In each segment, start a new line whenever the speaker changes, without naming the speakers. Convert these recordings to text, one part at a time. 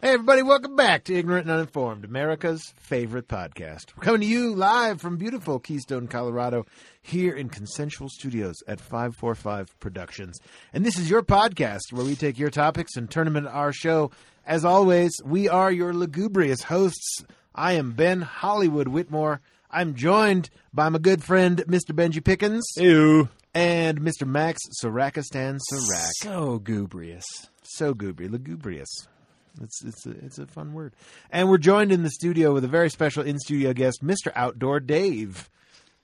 Hey, everybody, welcome back to Ignorant and Uninformed, America's favorite podcast. We're coming to you live from beautiful Keystone, Colorado, here in Consensual Studios at 545 Productions. And this is your podcast where we take your topics and turn them into our show. As always, we are your lugubrious hosts. I am Ben Hollywood Whitmore. I'm joined by my good friend, Mr. Benji Pickens,
Ew.
and Mr. Max Sarakistan Sarak
So gubrious.
so goobry, lugubrious. It's it's a, it's a fun word. And we're joined in the studio with a very special in studio guest, Mr. Outdoor Dave.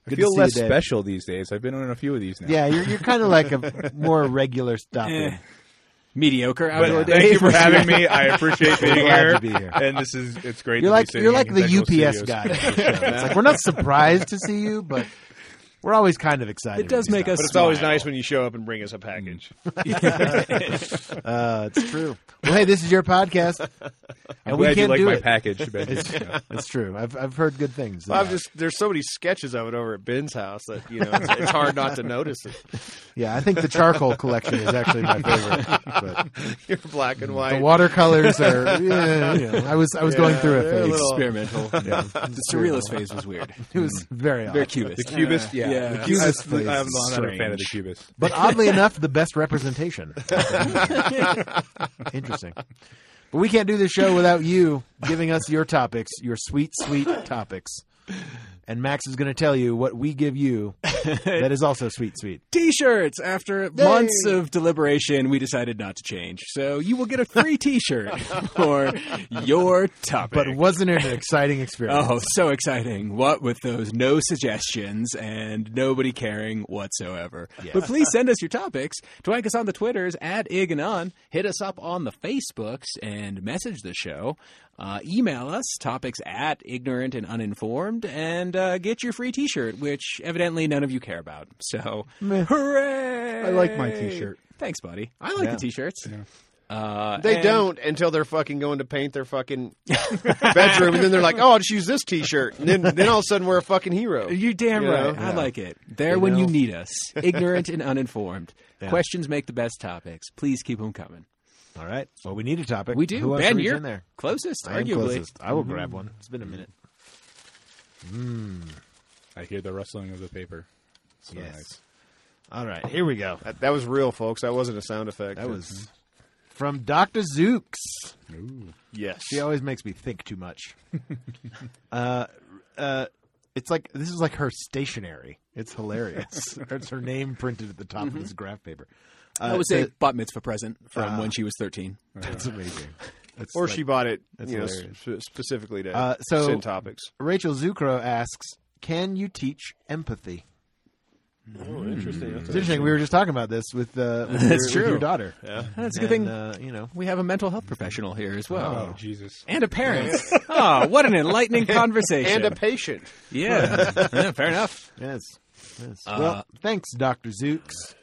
I
Good to
feel
see you,
less
Dave.
special these days. I've been on a few of these now.
Yeah, you're you're kind of like a more regular stopper.
mediocre
But
outdoor
thank
days.
you for having me. I appreciate being
Glad
here.
to be here.
And this is it's great.
You're
to
like
be sitting
you're like
in
the
Consensual
UPS
Studios.
guy. at the show. It's like we're not surprised to see you, but we're always kind of excited.
It does
when you
make us-
But it's always
Smile.
nice when you show up and bring us a package.
stop. Uh, it's true. Well, hey, this is your podcast,
I'm
and we
glad you
can't
like
do
my
it.
package, Benji.
It's true. I've I've heard good things.
Well, I've just there's so many sketches of it over at Ben's house that you know it's, it's hard not to notice it.
yeah, I think the charcoal collection is actually my favorite. But.
You're black and
The
white.
watercolors are. yeah, you know, I was I was going
Yeah,
through a
they're a
phase.
little-
experimental. The surrealist phase was weird.
It was very
Very
odd.
cubist.
the cubist, yeah.
Yeah.
The
The
cubist.
cubist
I'm
is
not a fan of the
strange.
cubist.
But oddly enough, the best representation. Interesting. But we can't do this show without you giving us your topics, your sweet, sweet topics. And Max is going to tell you what we give you that is also sweet, sweet.
T-shirts. After months of deliberation, we decided not to change. So you will get a free T-shirt for your topic.
But wasn't it an exciting experience?
Oh, so exciting. What with those no suggestions and nobody caring whatsoever. But please send us your topics. Twag us on the Twitters at Ig and On. Hit us up on the Facebooks and message the show. Uh, email us topics at ignorant and uninformed and uh, get your free t shirt, which evidently none of you care about. So, hooray!
I like my t-shirt.
Thanks, buddy. I like the t shirts. Uh,
they
and-
don't until they're fucking going to paint their fucking bedroom, and then they're like, "Oh, I'll just use this T-shirt," and then then all of a sudden we're a fucking hero.
You're damn
You
right.
know?
I like it. There when you need us. Ignorant and uninformed. Questions make the best topics. Please keep them coming.
Oh.
All right. Well, we need a topic.
We do.
Who wants to
ben,
reach
you're
in there?
closest,
I am
arguably. Mm-hmm.
closest. I will grab one. It's been a minute.
I hear the rustling of the paper. It's not nice.
All right. Here we go.
That, that was real, folks. That wasn't a sound effect.
That was from Dr. Zooks.
yes.
She always makes me think too much. uh, uh, it's like this is like her stationery. It's hilarious. it's her name printed at the top of this graph paper. Uh,
I would
it's
say
a-
bat mitzvah present
Uh,
from when she was 13.
that's amazing. It's
Or
like-
she bought it,
That's
you know,
hilarious.
sp- specifically to
Uh, so-
send topics.
Rachel Zucro asks, "Can you teach empathy?"
Oh, interesting.
It's interesting. We were just talking about this with, uh, with, your,
That's
with
true.
your daughter.
That's a
And,
good thing.
Uh, you know,
we have a mental health professional here as well.
Oh, Jesus.
And a parent. oh, what an enlightening conversation.
and a patient.
yeah. Yeah, Fair enough.
yes, yes. well, thanks, Doctor Zooks.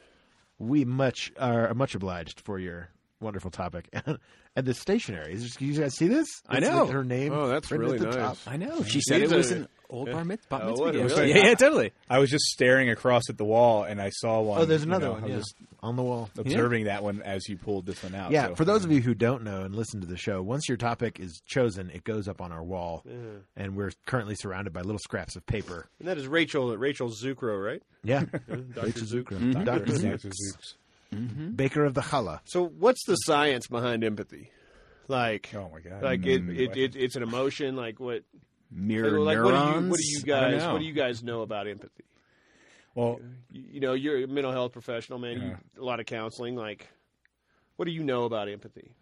We much are much obliged for your wonderful topic and the stationery. Is you guys see this?
I
It's
know.
with her name.
Oh, that's
printed at
really
the top.
nice.
I know. She said
These
it was
are-
an old bar mit- bat
Oh,
mitzvah.
what a-
gift.
really?
Yeah, yeah, totally.
I was just staring across at the wall, and I saw one.
Oh, there's
you
another
know,
one.
I was
Yeah.
just
On the wall.
observing that one as you pulled this one out.
Yeah,
so-
for those of you who don't know and listen to the show, once your topic is chosen, it goes up on our wall, and we're currently surrounded by little scraps of paper.
And that is Rachel. Rachel Zucro, right?
Yeah,
Dr. Zucro.
Dr.
Dr.
Zeus,
Zooks.
Baker of the Challah.
So, what's the science behind empathy? Like,
Oh my God!
like it,
Mm.
it, it, it's an emotion. Like what?
Mirror
Like what
neurons.
do you, what do you
I don't
guys,
know.
what do you guys know about empathy?
Well,
You, you know, you're a mental health professional, man.
Yeah.
You, a lot of counseling. Like, what do you know about empathy?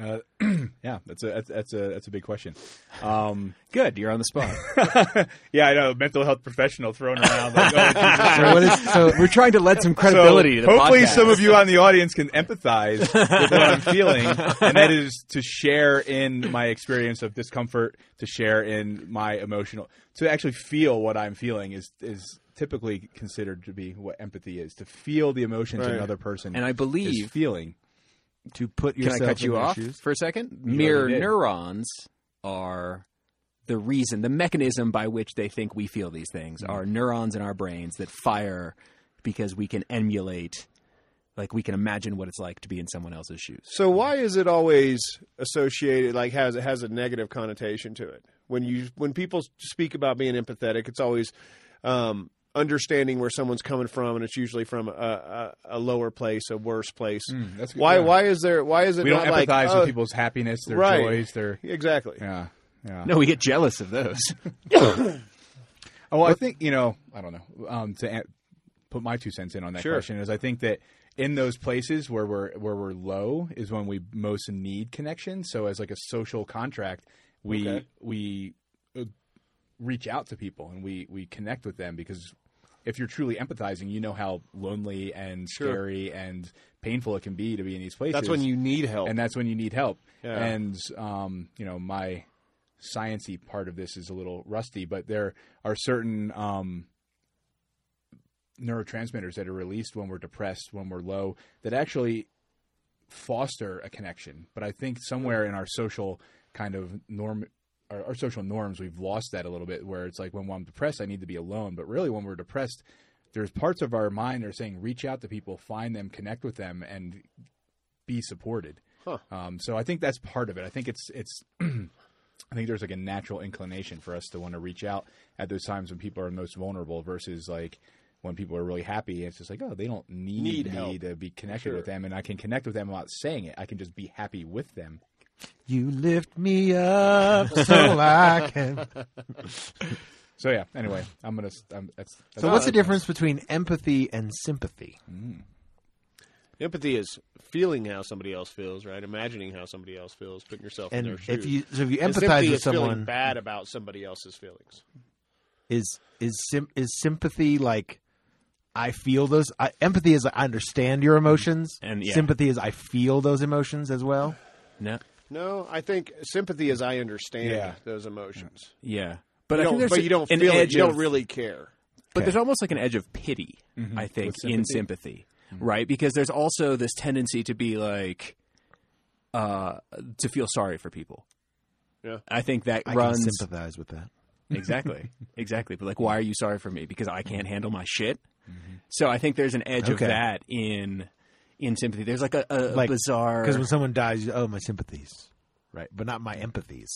Uh, yeah, that's a that's, that's a that's a big question. Um,
Good. You're on the spot.
yeah, I know mental health professional thrown around. Like, oh, Jesus.
So what is so?
We're trying to let some
So
credibility to the
hopefully,
podcast.
some of you on the audience can empathize with what I'm feeling, and that is to share in my experience of discomfort, to share in my emotional, to actually feel what I'm feeling is is typically considered to be what empathy is to feel the emotions
Right.
another person
And I
is
believe-
feeling.
to put
Can I
yourself
cut
in
you
their
off
shoes?
for a second?
already
Mirror
did.
neurons are the reason, the mechanism by which they think we feel these things are neurons in our brains that fire because we can emulate Like we can imagine what it's like to be in someone else's shoes.
So why is it always associated like has it has a negative connotation to it? When you when people speak about being empathetic, it's always um, understanding where someone's coming from, and it's usually from a, a, a lower place, a worse place.
Hmm, that's a good
why
point.
why is there why is it
We
not
don't
like,
empathize
oh,
with people's happiness, their
right.
joys, their
exactly?
yeah, yeah.
No, we get jealous of those.
Oh, well, I think you know. I don't know. Um, to an- put my two cents in on that
Sure.
question is, I think that in those places where we're where we're low is when we most need connection. So as like a social contract, we
Okay.
we uh, reach out to people and we we connect with them because if you're truly empathizing, you know how lonely and scary and painful it can be to be in these places.
That's when you need help.
and that's when you need help.
Yeah.
And um, you know, my sciency part of this is a little rusty, but there are certain um, neurotransmitters that are released when we're depressed, when we're low, that actually foster a connection. But I think somewhere in our social kind of norm. Our, our social norms, we've lost that a little bit. Where it's like when I'm depressed, I need to be alone. But really, when we're depressed, there's parts of our mind that are saying, reach out to people, find them, connect with them, and be supported.
Huh.
Um, so I think that's part of it. I think it's it's. I think there's like a natural inclination for us to want to reach out at those times when people are most vulnerable versus like when people are really happy. It's just like oh, they don't need,
Need
me
help.
to be connected
Sure.
with them, and I can connect with them without saying it. I can just be happy with them.
You lift me up so I can.
So yeah. Anyway, I'm gonna. I'm, that's, that's
So, what's the difference between empathy and sympathy?
Empathy is feeling how somebody else feels, right? Imagining how somebody else feels, putting yourself in
And
their shoes.
if you so if you
And
empathize
sympathy
with
is feeling
someone,
bad about somebody else's feelings.
is is sim- is sympathy like I feel those? I, empathy is I understand your emotions,
And, yeah.
sympathy is I feel those emotions as well.
no.
No, I think sympathy is I understand
Yeah.
those emotions.
Yeah. But
You
I think
don't-
there's
but
a-
you don't
an
feel it.
edge
You don't
of-
really care.
But there's almost like an edge of pity,
Mm-hmm.
I think,
With
in sympathy, right? Because there's also this tendency to be like, uh, to feel sorry for people.
Yeah.
I think that
I
runs
can sympathize with that.
exactly, exactly. But like, why are you sorry for me? Because I can't handle my shit. So I think there's an edge of
Mm-hmm. Okay.
that in in sympathy. There's like a, a
Like,
bizarre
Because when someone dies, you- oh my sympathies, right? But not my empathies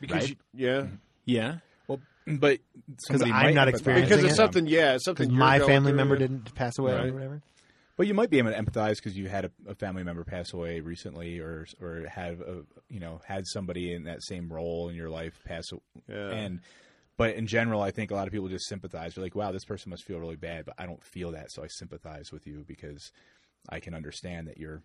Because
Right.
you- yeah,
yeah.
Well, but somebody
I'm
might
not
empathize.
experiencing
because
think
it's
it-
something. Yeah, it's something
because
you're
my
going
family
through.
member didn't pass away
Right.
or whatever.
But you might be able to empathize because you had a, a family member pass away recently, or or have a, you know had somebody in that same role in your life pass. a-
Yeah.
And but in general, I think a lot of people just sympathize. They're like, "Wow, this person must feel really bad," but I don't feel that, so I sympathize with you because I can understand that you're,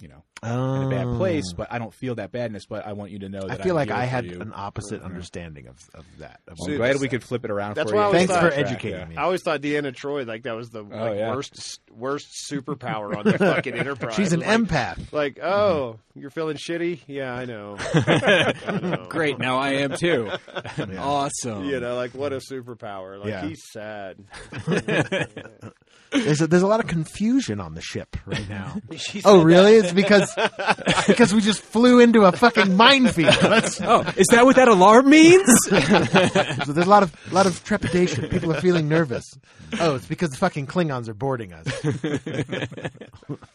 you know, in a bad
Oh.
place. But I don't feel that badness. But I want you to know
I
that
feel
I'm
like
here
I
for
had
you.
an opposite understanding of, of that. Of what
I'm
you
glad
just
we
said.
could flip it around.
That's
for
why
you.
I was Thanks for
educating me.
I always thought Deanna Troy like that was the like,
yeah.
worst worst superpower on the fucking Enterprise.
She's an
like,
empath.
Like, oh, you're feeling shitty? Yeah, I know. I know.
Great, now I am too. Awesome.
You know, like what a superpower. Like
Yeah.
he's sad.
There's a, there's a lot of confusion on the ship right now.
She's
oh, really? It's because because we just flew into a fucking minefield. That's,
Oh, is that what that alarm means?
so there's a lot of lot of trepidation. People are feeling nervous. Oh, it's because the fucking Klingons are boarding us.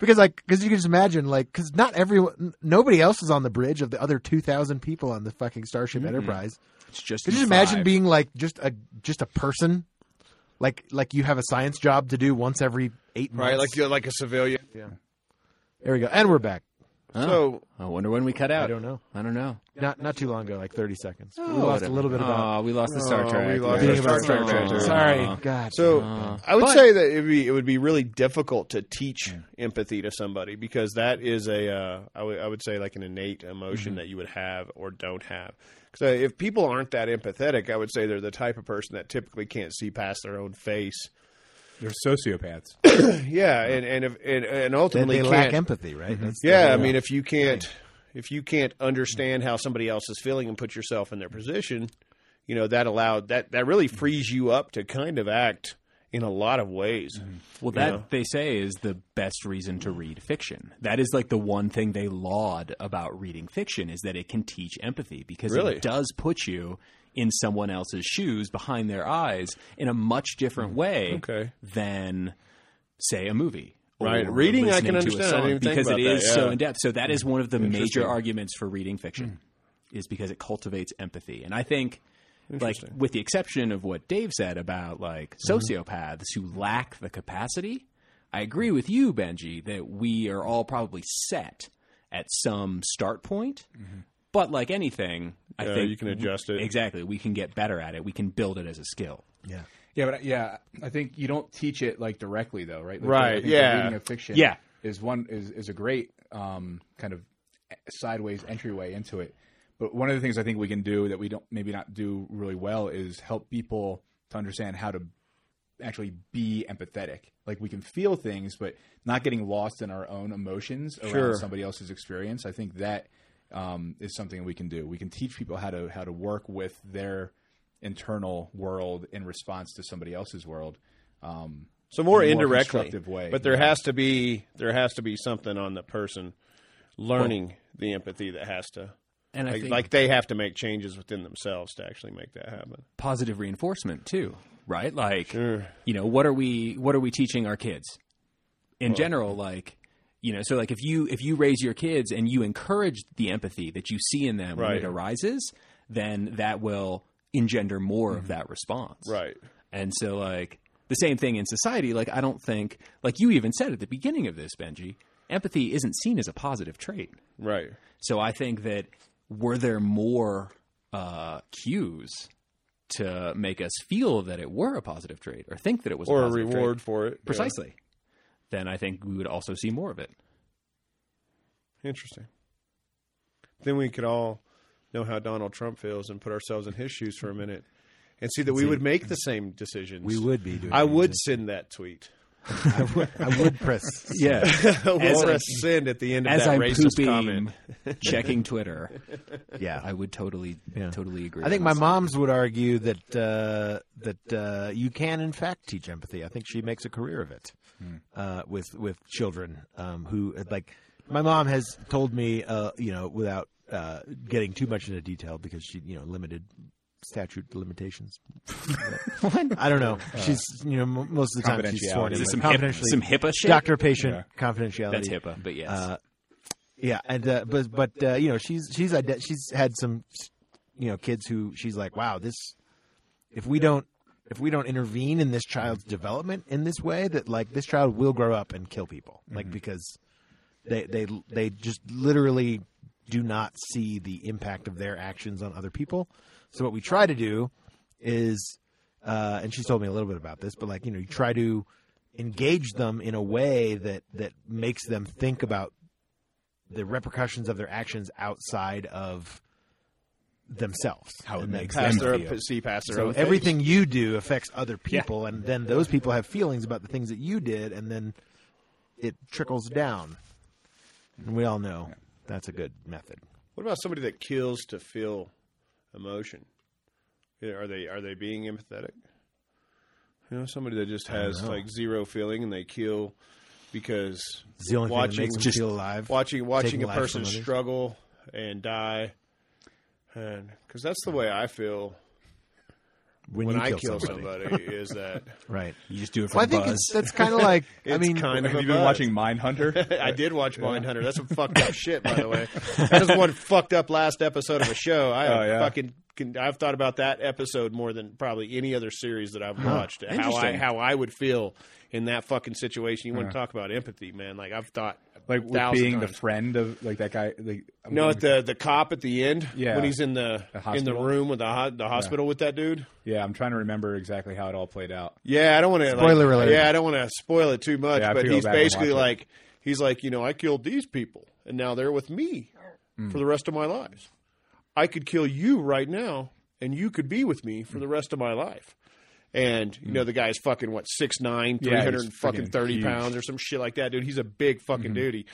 because like because you can just imagine like because not everyone n- nobody else is on the bridge of the other two thousand people on the fucking Starship Enterprise.
it's just
Could
you
you imagine
five.
being like just a just a person, like like you have a science job to do once every eight months?
right, like you're like a civilian. Yeah.
there we go, and we're back.
Oh,
So
I wonder when we cut out.
I don't know.
I don't know.
Not not too long ago, like thirty seconds. we lost a little bit about
Oh, we lost the Star
Oh,
Trek.
we lost
Yeah.
the
being
Star
about
Trek character.
Sorry,
Aw.
God.
Uh-huh. So
Uh,
I would
but-
say that it'd be, it would be really difficult to teach empathy to somebody because that is a uh, I would I would say like an innate emotion
Mm-hmm.
that you would have or don't have. So if people aren't that empathetic, I would say they're the type of person that typically can't see past their own face.
They're sociopaths.
Yeah, and and if, and, and
then
ultimately
they
can't,
lack empathy, right? That's the-
yeah, I mean if you can't if you can't understand how somebody else is feeling and put yourself in their position, you know that allowed that that really frees you up to kind of act in a lot of ways.
Mm-hmm.
well, that they say is the best reason to read fiction. That is like the one thing they laud about reading fiction is that it can teach empathy because
Really?
it does put you in someone else's shoes behind their eyes in a much different way
Mm. Okay.
than say a movie. or
Right. Reading, I
listening
can
to a
understand. I
song,
didn't even think
because
about
it
that,
is so
yeah.
in depth. So that is one of the major arguments for reading fiction,
Mm.
is because it cultivates empathy. And I think, like, with the exception of what Dave said about like
Mm-hmm.
sociopaths who lack the capacity, I agree with you, Benji, that we are all probably set at some start point. But like anything, I
Mm-hmm. Yeah,
think
you can adjust it.
Exactly, we can get better at it. We can build it as a skill.
Yeah.
Yeah, but yeah, I think you don't teach it like directly though, right? Like,
Right,
I think the
yeah.
Reading of fiction.
Yeah.
Is one is is a great um, kind of sideways entryway into it. But one of the things I think we can do that we don't maybe not do really well is help people to understand how to actually be empathetic. Like we can feel things, but not getting lost in our own emotions around
Sure.
somebody else's experience. I think that um, is something we can do. We can teach people how to how to work with their internal world in response to somebody else's world. Um,
So more
in a more
indirectly,
constructive way,
but there
yeah.
has to be there has to be something on the person learning the empathy that has to
And I
like,
think
like they have to make changes within themselves to actually make that happen.
positive reinforcement too, right? Like, you know, what are we what are we teaching our kids in general? Like, you know, so like if you if you raise your kids and you encourage the empathy that you see in them when
Right.
it arises, then that will engender more of that response,
Mm-hmm. Right.
and so like the same thing in society, like I don't think like you even said at the beginning of this, Benji, empathy isn't seen as a positive trait.
Right.
So I think that were there more uh, cues to make us feel that it were a positive trait or think that it was a
Or a
positive trait,
reward for it. Yeah.
precisely, then I think we would also see more of it.
Interesting. Then we could all know how Donald Trump feels and put ourselves in his shoes for a minute and see that we would make the same decisions.
We would be doing
I
that.
would send that tweet.
I would, I would press.
Yeah,
we'll
As I-
press send at the end of
as
that
I'm
racist
pooping,
comment.
checking Twitter,
Yeah.
I would totally,
Yeah.
totally agree.
I think
on
my
this.
mom's would argue that uh, that uh, you can, in fact, teach empathy. I think she makes a career of it
Hmm.
uh, with with children um, who like. My mom has told me, uh, you know, without uh, getting too much into detail because she, you know, limited statute limitations. I don't know. She's, you know, m- most of the time she's sworn
Confidentiality.
Uh, Is
in
this some hip,
confidentially.
some HIPAA shit?
doctor-patient confidentiality.
That's HIPAA, but yes,
Uh, yeah, and uh, but but uh, you know she's she's ide- she's had some you know kids who she's like, wow, this if we don't if we don't intervene in this child's development in this way, that like this child will grow up and kill people, like because they they they just literally do not see the impact of their actions on other people. So what we try to do is, uh, and she's told me a little bit about this, but like you know, you try to engage them in a way that that makes them think about the repercussions of their actions outside of themselves. How it
makes
Pass
them
their,
feel.
see past their
so
own
everything you do affects other people, and then those people have feelings about the things that you did, and then it trickles down. And we all know that's a good method.
What about somebody that kills to feel emotion? Yeah, Are they are they being empathetic? You know, somebody that just has like zero feeling and they kill because
It's the only
watching
thing that makes them feel alive.
watching watching
Taking
a
life from
person
others.
struggle and die, and because that's the way I feel when
you
I kill somebody, is that
right?
you just do it for
Well, I
the
think
buzz.
it's, that's kind of like I
It's
mean,
kind of
have
a
you been
buzz.
watching Mindhunter?
I did watch Mindhunter. That's some fucked up shit, by the way. That was one fucked up last episode of a show. I
Oh, yeah.
fucking can, I've thought about that episode more than probably any other series that I've watched. How I
Interesting.
how I would feel in that fucking situation. You want to talk about empathy, man? Like I've thought
like
a
with
thousand
being the
times.
friend of like that guy. Like I'm
no,
gonna-
at the the cop at the end,
Yeah.
when he's in the,
The
in the
hospital?
room with the ho- the hospital with that dude.
yeah, I'm trying to remember exactly how it all played out.
Yeah, I don't want to
Spoiler alert.
Yeah, I don't want to spoil it too much,
Yeah, I have
but
to go
he's
back and
basically
watch it.
like he's like, you know, I killed these people and now they're with me
Hmm.
for the rest of my lives. I could kill you right now and you could be with me for the rest of my life. And you know the guy's fucking what 6'9",
Hmm. Yeah, he's
300 and fucking
freaking
thirty
huge. Mm-hmm.
pounds or some shit like that, dude. He's a big fucking dude. He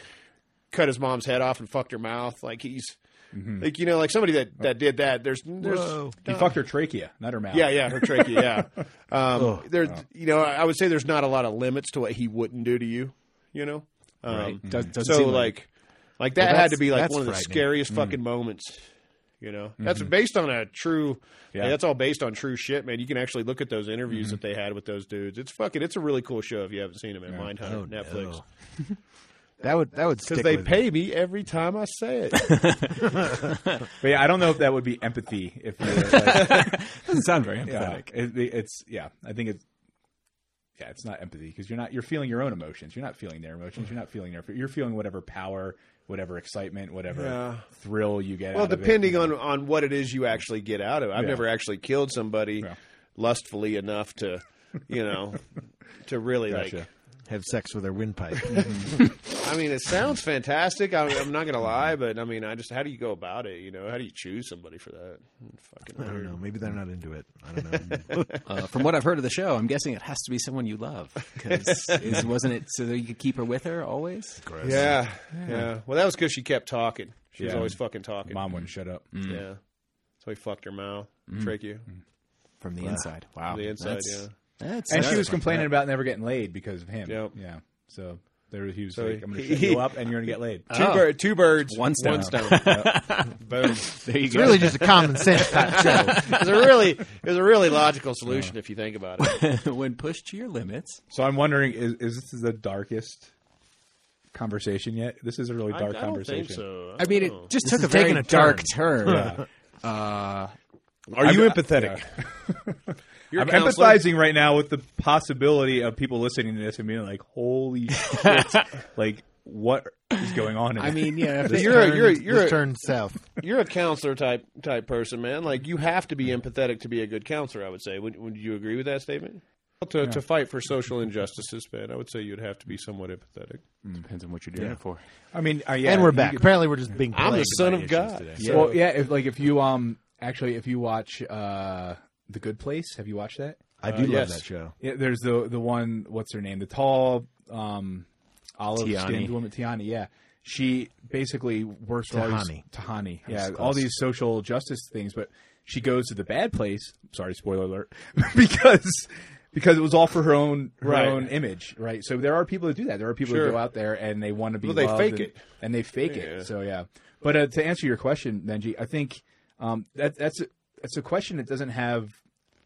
cut his mom's head off and fucked her mouth. Like he's like you know like somebody that that did that. There's there's
Whoa.
Mm-hmm. He fucked her trachea, not her mouth.
yeah, yeah, her trachea. Yeah, um, there.
oh.
You know, I would say there's not a lot of limits to what he wouldn't do to you. You know, um,
Mm-hmm.
Does- doesn't
so
seem
like, like that
Well,
had
that's-
to be like
that's
one of the
frightening. Mm.
scariest fucking moments. You know, that's based on a true.
Mm-hmm. Yeah. Mm-hmm.
that's all based on true shit, man. You can actually look at those interviews that they had with those dudes. It's fucking. It's a really cool show if you haven't seen it, man. Mindhunter,
Oh,
Netflix.
no. that would that would
Because
stick
they
with
pay me every time I say it.
But yeah, I don't know if that would be empathy. If you were, like,
Doesn't sound very
yeah,
empathetic.
it, it's yeah, I think it's yeah, it's not empathy because you're not you're feeling your own emotions. You're not feeling their emotions. You're not feeling their. You're feeling whatever power, whatever excitement, whatever
Yeah.
thrill you get.
Well,
out of it.
depending on on what it is you actually get out of it. I've
Yeah.
never actually killed somebody
Yeah.
lustfully enough to, you know, to really like.
Gotcha.
have sex with their windpipe.
I mean, it sounds fantastic. I, I'm not gonna lie, but I mean, I just how do you go about it? You know, how do you choose somebody for that? Fucking
I don't
weird.
know. Maybe they're not into it. I don't know.
Uh, from what I've heard of the show, I'm guessing it has to be someone you love. Because wasn't it so that you could keep her with her always?
Gross.
Yeah, yeah, Well, that was because she kept talking. She was
Yeah.
always fucking talking.
mom Mm. wouldn't shut up. Mm.
Yeah. So he fucked her mouth, trick you
From the inside. Wow.
on the inside.
That's-
yeah.
That's
And she
that's-
was complaining about never getting laid because of him.
Yep.
Yeah, so there he was
So
like, "I'm going to
he-
shut you up, and you're going to get laid."
Two,
Oh.
bird, two birds,
One stone.
Boom.
There you
It's
go.
really just a common sense type show.
it's a really, it's a really logical solution if you think about it.
when pushed to your limits.
So I'm wondering, is, is this the darkest conversation yet? This is a really dark conversation.
so.
I mean, it just
This
took a
is taking
very
a
dark turn.
Are you
I'm-
empathetic? You're
I'm
a counselor?
empathizing right now with the possibility of people listening to this and being like, "Holy shit!" like, what is going on? In
I mean, yeah. If
But
they-
You're a,
Turned-
you're a, you're
this
a,
turned south.
you're a counselor type type person, man. Like you have to be empathetic to be a good counselor. I would say. Would, would you agree with that statement? To, to fight for social injustices, man, I would say you'd have to be somewhat empathetic.
Depends on what you're doing it for.
I mean, uh, yeah,
and we're
you
back.
could-
Apparently, we're just being.
I'm the
plagued
son
by
of
issues
God.
today.
Yeah.
Well, yeah. If, like, if you um actually, if you watch uh The Good Place, have you watched that?
I do love
Uh, yes.
that show.
Yeah, there's the the one. What's her name? The tall, um, olive
Tiani.
skinned woman, Tiani. Yeah, she basically works for all these-
Tahani.
Tahani. Yeah, all these social justice things, but she goes to the bad place. Sorry, spoiler alert, because. Because it was all for her own her
Right.
own image, right? So there are people that do that. There are people
Sure.
who go out there and they want to be.
Well, they
loved
fake
and-
it.
and they fake
Yeah.
it. So yeah. But uh, to answer your question, Benji, I think um, that that's a, that's a question that doesn't have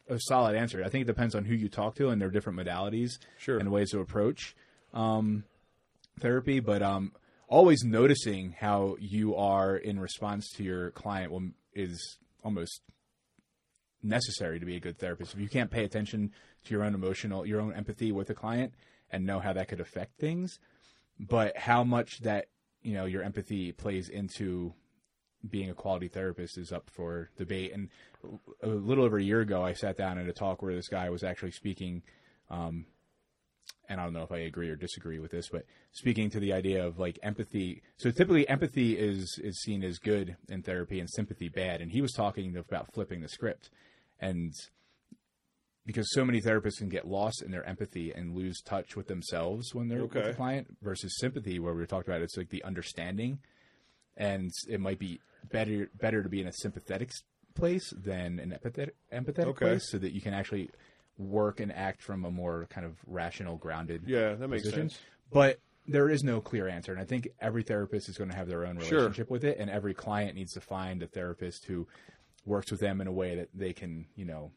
a solid answer. I think it depends on who you talk to and their different modalities
Sure.
and ways to approach um, therapy. But um, always noticing how you are in response to your client will, is almost necessary to be a good therapist. If you can't pay attention to your own emotional, your own empathy with a client and know how that could affect things, but how much that, you know, your empathy plays into being a quality therapist is up for debate. And a little over a year ago, I sat down at a talk where this guy was actually speaking, um, and I don't know if I agree or disagree with this, but speaking to the idea of like empathy. So typically, empathy is is seen as good in therapy and sympathy bad. And he was talking about flipping the script, and because so many therapists can get lost in their empathy and lose touch with themselves when they're with
Okay.
the client versus sympathy, where we talked about it's like the understanding and it might be better better to be in a sympathetic s- place than an empathetic, empathetic
Okay.
place, so that you can actually work and act from a more kind of rational, grounded
Yeah, that makes
position.
sense.
But there is no clear answer, and I think every therapist is going to have their own
Sure.
relationship with it, and every client needs to find a therapist who works with them in a way that they can, you know,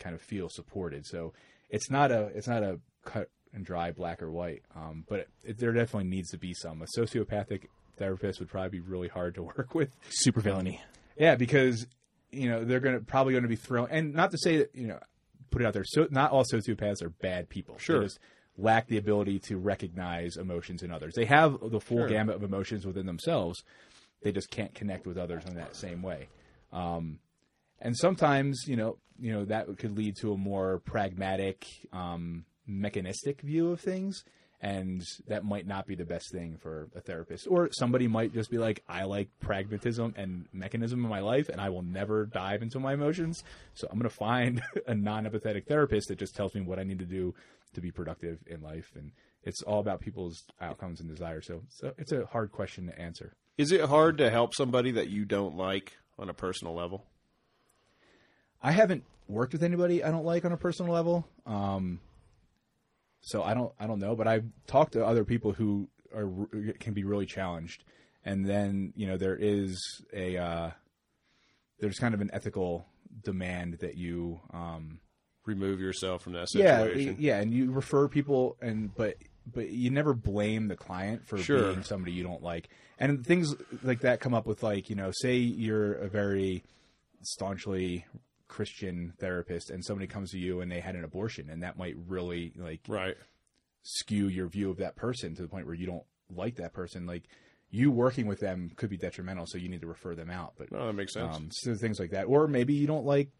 kind of feel supported. So it's not a it's not a cut and dry black or white. Um, but it, there definitely needs to be some. A sociopathic therapist would probably be really hard to work with.
Super villainy.
Yeah, because you know they're gonna probably gonna be thrown. And not to say that you know, put it out there. So not all sociopaths are bad people.
Sure.
They just lack the ability to recognize emotions in others. They have the full gamut of emotions within themselves. They just can't connect with others in that same way. Um, and sometimes you know you know that could lead to a more pragmatic, um, mechanistic view of things. And that might not be the best thing for a therapist. Or somebody might just be like, I like pragmatism and mechanism in my life, and I will never dive into my emotions. So I'm going to find a non empathetic therapist that just tells me what I need to do to be productive in life. And it's all about people's outcomes and desires. So, so it's a hard question to answer.
Is it hard to help somebody that you don't like on a personal level?
I haven't worked with anybody I don't like on a personal level. Um, so I don't I don't know, but I've talked to other people who are can be really challenged, and then you know there is a uh, there's kind of an ethical demand that you um,
Remove yourself from that
yeah
situation.
yeah and you refer people and but but you never blame the client for
Sure.
being somebody you don't like and things like that come up with like you know say you're a very staunchly christian therapist and somebody comes to you and they had an abortion and that might really like
Right.
skew your view of that person to the point where you don't like that person like you working with them could be detrimental so you need to refer them out but
No, that makes sense.
um, so things like that. Or maybe you don't like.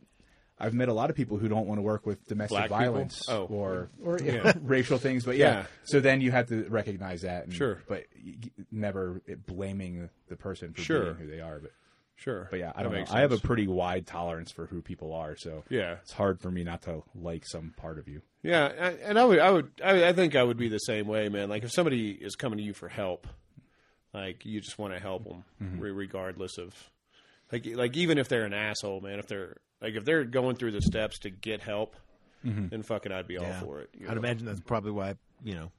I've met a lot of people who don't want to work with domestic
Black people?
violence
Oh.
or or racial things, but yeah.
Yeah.
So then you have to recognize that, and,
Sure.
But y- y- never blaming the person for
Sure.
being who they are. But
sure.
but yeah, I
That
don't know.
makes
I have a
sense.
pretty wide tolerance for who people are, so
Yeah.
it's hard for me not to like some part of you.
Yeah, I- and I would, I would, I I think I would be the same way, man. Like if somebody is coming to you for help, like you just want to help them,
Mm-hmm.
regardless of, like, like even if they're an asshole, man. If they're like if they're going through the steps to get help, then fucking I'd be all for it. you
Mm-hmm. I'd
know?
imagine that's probably why you know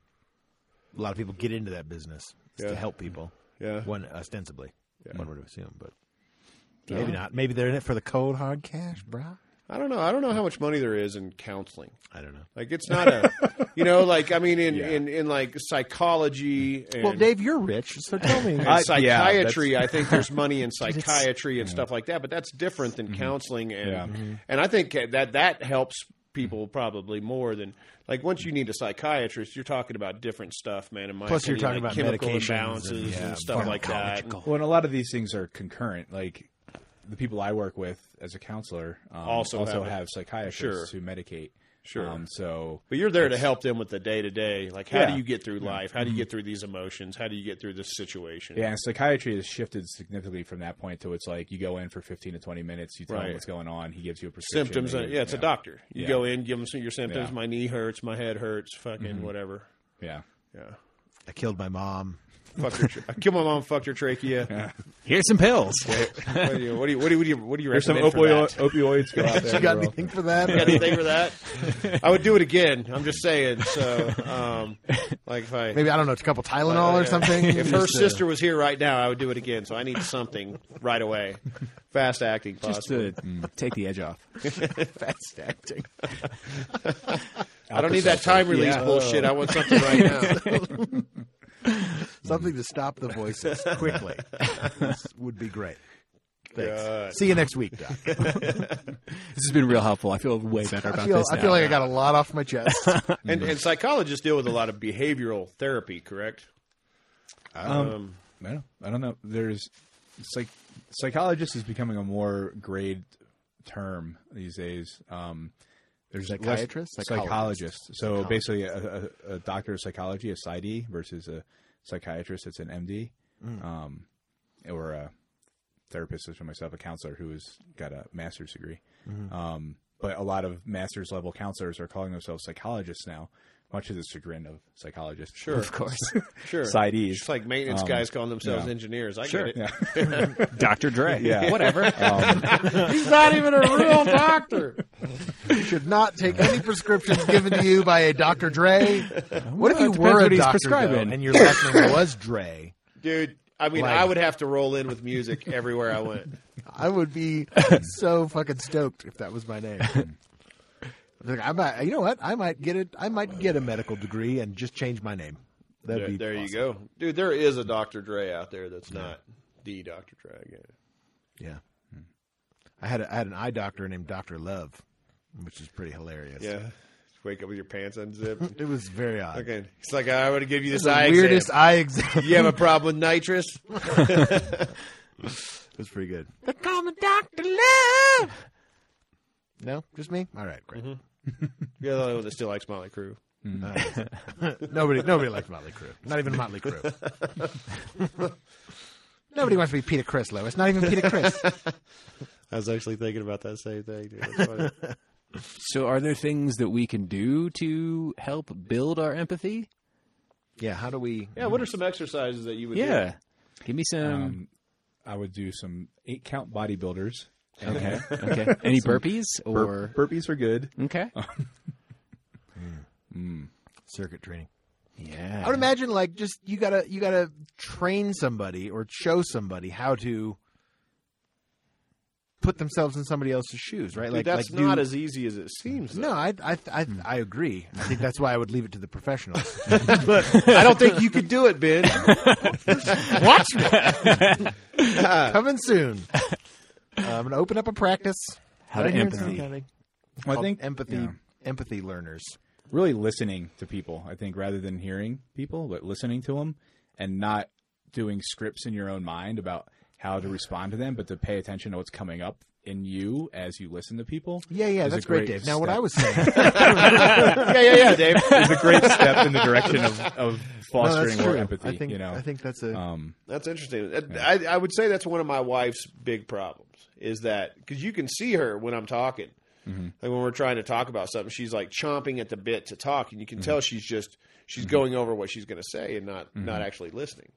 a lot of people get into that business is
Yeah.
to help people.
Yeah.
one ostensibly, one would assume, but maybe not. Maybe they're in it for the cold hard cash, bro.
I don't know. I don't know how much money there is in counseling.
I don't know.
Like it's not a, you know, like I mean, in in, in like psychology. And,
Well, Dave, you're rich, so tell me.
and
I- yeah,
psychiatry. I think there's money in psychiatry and stuff like that, but that's different than counseling. And Mm-hmm.
Yeah.
and I think that that helps people probably more than like once you need a psychiatrist, you're talking about different stuff, man. In my
Plus, you're
opinion,
talking
like
about
chemical
medications
imbalances
and,
and,
yeah,
stuff like that.
pharmacological.
Well, and a lot of these things are concurrent. Like the people I work with as a counselor um,
Also have it.
have psychiatrists
Sure.
who medicate.
Sure.
Um, so
But you're there to help them with the day to day. Like, how
Yeah.
do you get through life? How do you get through these emotions? How do you get through this situation?
Yeah, and psychiatry has shifted significantly from that point to it's like you go in for 15 to 20 minutes, you tell
Right.
him what's going on, he gives you a prescription.
symptoms.
and
uh,
he-
yeah, it's a doctor. You
Yeah.
go in, give them some, your symptoms.
Yeah.
My knee hurts. My head hurts. Fucking whatever.
Yeah.
Yeah.
I killed my mom.
Fuck your. Tra- I killed my mom. Fucked your trachea.
Here's some pills.
What do you? What do you? What do you? What do you
There's some
recommend for
opioid, opioids.
that?
Go out there
you got
Earl.
anything for that?
You got anything for that? I would do it again. I'm just saying. So, um, like if I
Maybe I don't know, a couple Tylenol or
Yeah.
something.
If her
Just, uh,
sister was here right now, I would do it again. So I need something right away, fast acting,
Just uh,
possibly.
to take the edge off.
fast acting.
I don't need that time release
Yeah.
bullshit. I want something right now.
Something to stop the voices quickly This would be great. Thanks.
God.
See you next week, Doc.
This has been real helpful. I feel way better about
I feel,
this
I
now.
feel like I got a lot off my chest.
And, and psychologists deal with a lot of behavioral therapy, correct? um
I don't, I don't know. There's psych, psychologist is becoming a more grade term these days. Um, there's less-
Psychiatrist?
psychologist. So basically, a, a, a doctor of psychology, a PsyD, versus a psychiatrist that's an MD, um, or a therapist is for myself, a counselor who has got a master's degree. Um, but a lot of master's level counselors are calling themselves psychologists now, much to the chagrin of psychologists.
Sure. Of
course.
Sure.
PsyDs.
It's like maintenance guys calling themselves engineers. I get it.
Yeah.
Dr. Dre.
Yeah. Um,
Whatever.
He's not even a real doctor. You should not take any prescriptions given to you by a Dr. Dre. What if you
Well, it depends
were a
what he's
doctor though,
prescribing.
and your last name was Dre?
Dude, I mean,
Like-
I would have to roll in with music everywhere I went.
I would be so fucking stoked if that was my name. Like, I might, you know what? I might get it. I might get a medical degree and just change my name. That'd
There,
be
there you
awesome.
go. Dude, there is a Dr. Dre out there that's not the Dr. Dre. I get it.
Yeah. I had a, I had an eye doctor named Doctor Love, which is pretty hilarious.
Yeah. Just wake up with your pants unzipped.
It was very odd.
okay. It's like, I want to give you this
The
eye
weirdest
exam.
eye exam.
you have a problem with nitrous?
It was pretty good. They call me Doctor Love. Mm-hmm. No, just me. All right, great.
You're the only one that still likes Molly Crew.
Nobody, nobody likes Motley Crue. Not even Motley Crue. nobody wants to be Peter Chris, Lewis. Not even Peter Chris.
I was actually thinking about that same thing, dude. That's funny.
so, are there things that we can do to help build our empathy?
yeah. How do we?
yeah, what are some exercises that you would do?
Yeah. Give me some.
Um, I would do some eight count bodybuilders.
okay. Okay. Any burpees or.
Bur- burpees are good.
okay.
Circuit training. I
Yeah.
would imagine like just you gotta you gotta train somebody or show somebody how to put themselves in somebody else's shoes, right? like
that's
like
not
do,
as easy as it seems.
No, I I I, I agree. I think that's why I would leave it to the professionals. but I don't think you could do it, Ben. Watch me. Coming soon. Uh, I'm going to open up a practice.
How
Right
to
here in Southern
empathy.
County.
Well, I
Called
think
empathy
yeah.
empathy learners.
really listening to people. I think rather than hearing people, but listening to them and not doing scripts in your own mind about how to respond to them, but to pay attention to what's coming up in you as you listen to people.
Yeah, yeah,
is a
that's great,
great
Dave. Now, what
step.
I was saying,
yeah, yeah, yeah, Dave.
It's a great step in the direction of, of
No, that's
fostering more
true.
empathy.
I think
you know,
I think that's a
um,
That's interesting. That- I, I would say that's one of my wife's big problems is that because you can see her when I'm talking,
Mm-hmm.
like when we're trying to talk about something, she's like chomping at the bit to talk, and you
Mm-hmm.
can tell she's just she's going over what she's going to say and not not
Mm-hmm.
actually listening.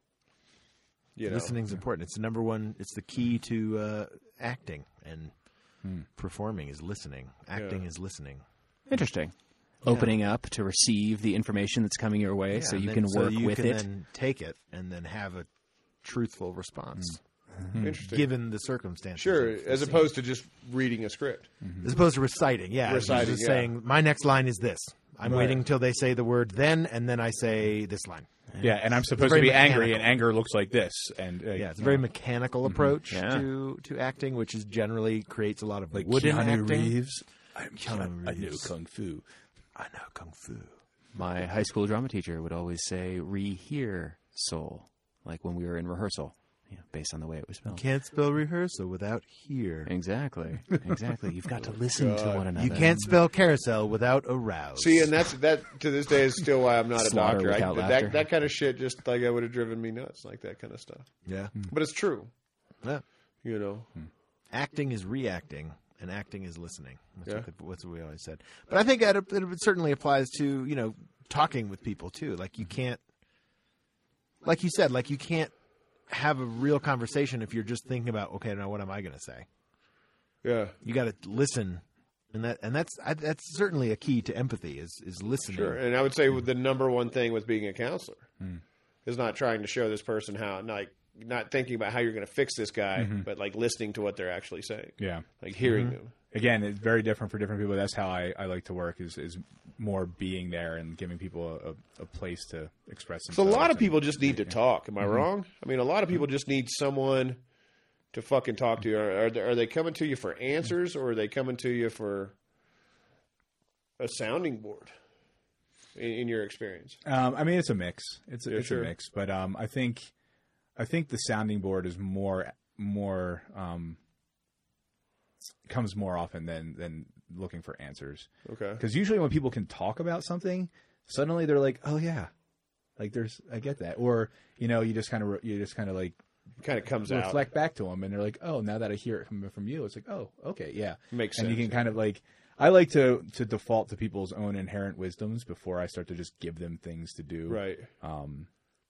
You know,
listening's important. It's the number one. It's the key to uh, acting and performing is listening. Acting is listening.
Interesting. Opening up to receive the information that's coming your way,
Yeah,
so
and
you
then-
can work
you
with
can
it.
then take it and then have a truthful response
mm-hmm.
interesting.
given the circumstances.
sure,
of the
as
scene.
opposed to just reading a script.
Mm-hmm.
as opposed to reciting. Yeah, it's
Reciting,
just
yeah.
saying my next line is this. I'm
Right.
waiting until they say the word then, and then I say this line.
yeah, and I'm supposed to
very
be angry,
mechanical.
and anger looks like this, and uh,
Yeah, it's a very mechanical approach
Yeah.
to to acting, which is generally creates a lot of like wooden
Keanu
acting.
Reeves. I'm
Keanu
I know
Reeves.
kung fu.
I know kung fu.
My high school drama teacher would always say "rehear soul," like when we were in rehearsal, you know, based on the way it was spelled.
Can't spell rehearsal without here.
Exactly, exactly. You've got to listen to one another.
Oh, You can't spell carousel without arouse.
See, and that's that to this day is still why I'm not a
Slaughter
doctor. I,
without laughter.
that that kind of shit just like I would have driven me nuts, like that kind of stuff.
yeah.
But it's true,
Yeah.
you know.
Mm.
acting is reacting and acting is listening. That's, what,
Yeah.
they, that's what we always said. But I think that it, it certainly applies to you know talking with people too. Like you
Mm-hmm.
can't, like you said, like you can't have a real conversation if you're just thinking about okay, now what am I going to say?
Yeah,
You got to listen, and that and that's I, that's certainly a key to empathy is is listening.
Sure, Hmm. and I would say the number one thing with being a counselor is not trying to show this person how, like, not thinking about how you're going to fix this guy, but like listening to what they're actually saying,
Yeah.
like hearing them.
again, it's very different for different people. That's how I, I like to work is is more being there and giving people a, a, a place to express
So a
themselves.
lot of
and-
people just need to talk. Am I wrong? I mean, a lot of people just need someone to fucking talk to. Are, are, they, are they coming to you for answers, or are they coming to you for a sounding board? In, in your experience,
Um, I mean, it's a mix. It's a,
Yeah,
it's
sure.
a mix, but um, I think I think the sounding board is more more um, comes more often than than looking for answers.
okay.
Because usually when people can talk about something, suddenly they're like, oh yeah, like there's I get that, or you know, you just kind of you just kind of like
Kind of comes out.
reflect back to them and they're like oh now that i hear it from, from you it's like oh okay yeah
Makes
and you
sense,
can kind of like i like to to default to people's own inherent wisdoms before i start to just give them things to do
right?
um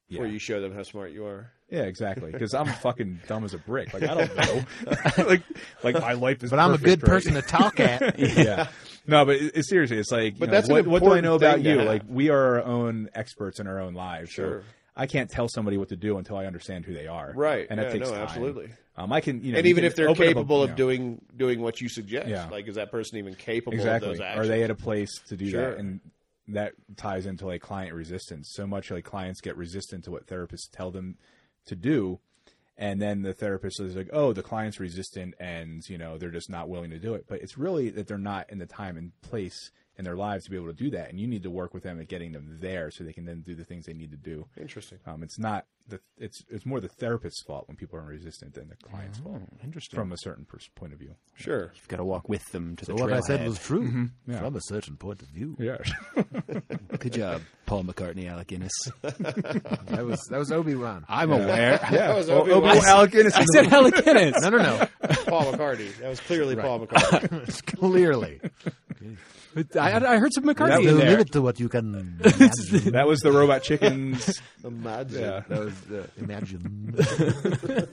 yeah
Where you show them how smart you are.
yeah exactly because i'm fucking dumb as a brick like i don't know like like my life is
But I'm a
perfect
good
right
person to talk at.
yeah. No, but it, it's seriously, it's like, you
But
know,
that's an
what, what do I
important
know about
thing to
you?
have.
Like, we are our own experts in our own lives.
Sure.
So I can't tell somebody what to do until I understand who they are.
Right.
And that
Yeah,
takes
no,
time.
absolutely.
Um, I can, you know,
and
you
even
can
if they're
open up a-
capable of
you know,
doing doing what you suggest,
Yeah.
like is that person even capable
exactly,
of those
are
actions?
they at a place to do
Sure.
that? And that ties into like client resistance. So much like clients get resistant to what therapists tell them to do. And then the therapist is like, "Oh, the client's resistant, and you know they're just not willing to do it." But it's really that they're not in the time and place in their lives to be able to do that, and you need to work with them at getting them there so they can then do the things they need to do.
Interesting.
Um, it's not the it's it's more the therapist's fault when people are resistant than the client's fault. Oh, Interesting, from a certain pers- point of view.
Sure.
You've got to walk with them to
So
the
what I said
trailhead.
was true
Mm-hmm. Yeah.
from a certain point of view.
Yeah.
Good job, Paul McCartney, Alec Guinness.
That was that was Obi Wan.
I'm aware.
That was
Well,
Obi-Wan.
Obi- Alec Guinness
I
is
said Alec Guinness.
No, no, no.
Paul McCartney. That was clearly Paul McCartney.
Clearly,
I, I heard some McCartney
So
in there.
limit to what you can. imagine.
That was the robot chickens.
Imagine.
yeah.
That was imagine.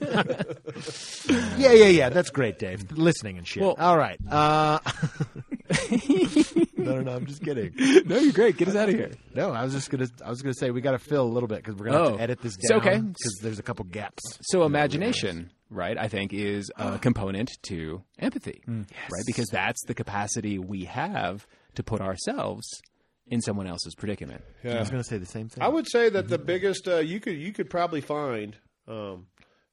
yeah, yeah, yeah. That's great, Dave. Listening and shit.
Well-
All right. Uh, no, no, no. I'm just kidding.
no, you're great. Get us out of here.
No, I was just gonna. I was gonna say we got to fill a little bit because we're gonna have
Oh.
to edit this
It's
down.
okay.
Because there's a couple gaps.
So imagination right, I think is a component to empathy, right? Because that's the capacity we have to put ourselves in someone else's predicament.
I was going to say the same thing.
I would say that the biggest uh, you could you could probably find, um,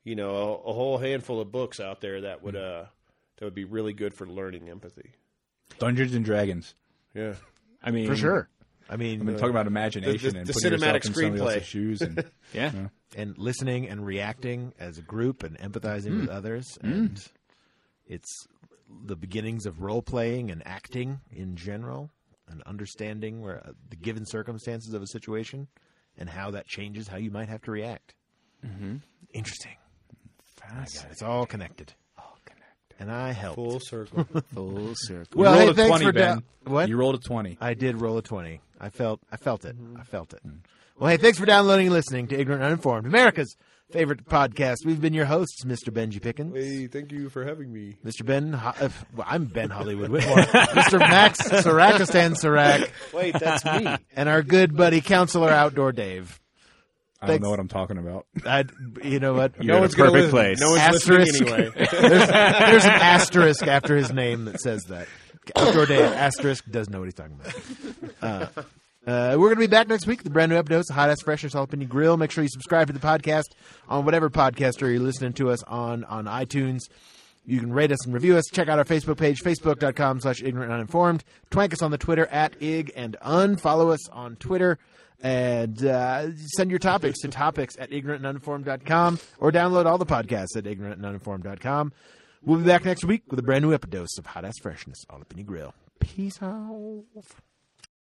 you know, a, a whole handful of books out there that would
Mm-hmm.
uh, that would be really good for learning empathy.
Dungeons and Dragons.
Yeah,
I mean,
for sure. I mean, uh,
I mean, talk about imagination
the-
and
the
putting
cinematic
yourself in somebody
screenplay.
else's shoes. And,
yeah.
and listening and reacting as a group and empathizing with others and it's the beginnings of role playing and acting in general and understanding where uh, the given circumstances of a situation and how that changes how you might have to react mm-hmm. interesting God, it's all connected all connected and i helped
full circle.
Full circle.
well
you
hey,
rolled a
thanks
twenty,
for
Ben.
dou- what
You rolled a twenty.
I did roll a 20. I felt I felt it. I felt it. Well, hey, thanks for downloading and listening to Ignorant Uninformed, America's favorite podcast. We've been your hosts, Mr. Benji Pickens.
hey, thank you for having me.
Mr. Ben, Ho- uh, well, I'm Ben Hollywood Whitmore. Mr. Max Sarakistan Sarak,
Wait, that's me.
and our good buddy Counselor Outdoor Dave.
I
Thanks.
don't know what I'm talking about.
I, you know what?
You're in the
gonna
perfect
listen.
place.
No one's
Asterisk.
listening anyway.
There's an asterisk after his name that says that. Outdoor Dave asterisk doesn't know what he's talking about. Uh, we're going to be back next week with a brand new episode of Hot Ass Freshers Jalapeno Grill. Make sure you subscribe to the podcast on whatever podcaster you're listening to us on on iTunes. You can rate us and review us. Check out our Facebook page, facebook.com slash ignorant uninformed. Twank us on the Twitter at ig and un. Follow us on Twitter and uh, send your topics to topics at ignorantanduninformed.com or download all the podcasts at ignorantanduninformed.com. We'll be back next week with a brand new episode of Hot Ass Freshness Jalapeno Grill. Peace out.